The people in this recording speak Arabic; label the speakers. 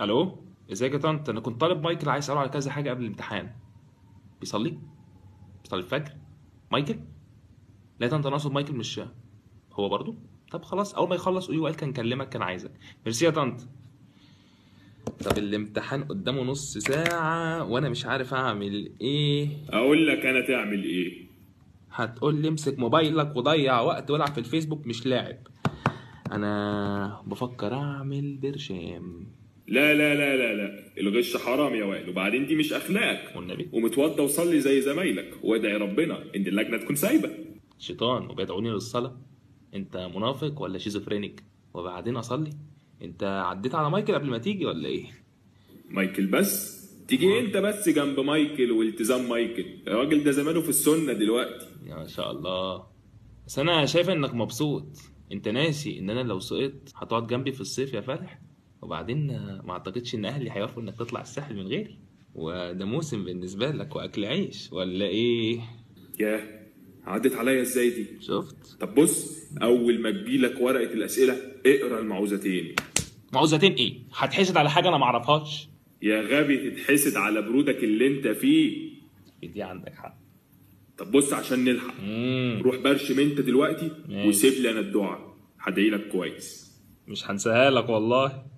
Speaker 1: الو ازيك يا طنط انا كنت طالب مايكل عايز اساله على كذا حاجه قبل الامتحان بيصلي بيصلي الفجر مايكل لا يا طنط انا اقصد مايكل مش هو برضو طب خلاص اول ما يخلص قولي وقال كان كلمك كان عايزك ميرسي يا طنط طب الامتحان قدامه نص ساعه وانا مش عارف اعمل ايه
Speaker 2: اقول لك انا تعمل ايه
Speaker 1: هتقول لي امسك موبايلك وضيع وقت والعب في الفيسبوك مش لاعب انا بفكر اعمل برشام
Speaker 2: لا لا لا لا لا الغش حرام يا وائل وبعدين دي مش اخلاق
Speaker 1: والنبي
Speaker 2: ومتوضى وصلي زي زمايلك وادعي ربنا ان اللجنه تكون سايبه
Speaker 1: شيطان وبيدعوني للصلاة انت منافق ولا شيزوفرينيك وبعدين اصلي انت عديت على مايكل قبل ما تيجي ولا ايه
Speaker 2: مايكل بس تيجي انت بس جنب مايكل والتزام مايكل الراجل ده زمانه في السنه دلوقتي
Speaker 1: يا شاء الله بس انا شايف انك مبسوط انت ناسي ان انا لو سقطت هتقعد جنبي في الصيف يا فرح وبعدين آه، ما اعتقدش ان اهلي هيوافقوا انك تطلع الساحل من غيري وده موسم بالنسبة لك واكل عيش ولا ايه
Speaker 2: ياه عدت عليا ازاي دي
Speaker 1: شفت
Speaker 2: طب بص اول ما تجيلك ورقه الاسئله اقرا المعوذتين
Speaker 1: معوذتين ايه هتحسد على حاجة انا معرفهاش
Speaker 2: يا غبي تتحسد على برودك اللي انت فيه
Speaker 1: دي عندك حق
Speaker 2: طب بص عشان نلحق
Speaker 1: مم.
Speaker 2: روح برشم انت دلوقتي
Speaker 1: ماشي.
Speaker 2: وسيب لي انا الدعاء هدعي لك كويس
Speaker 1: مش هنساها لك والله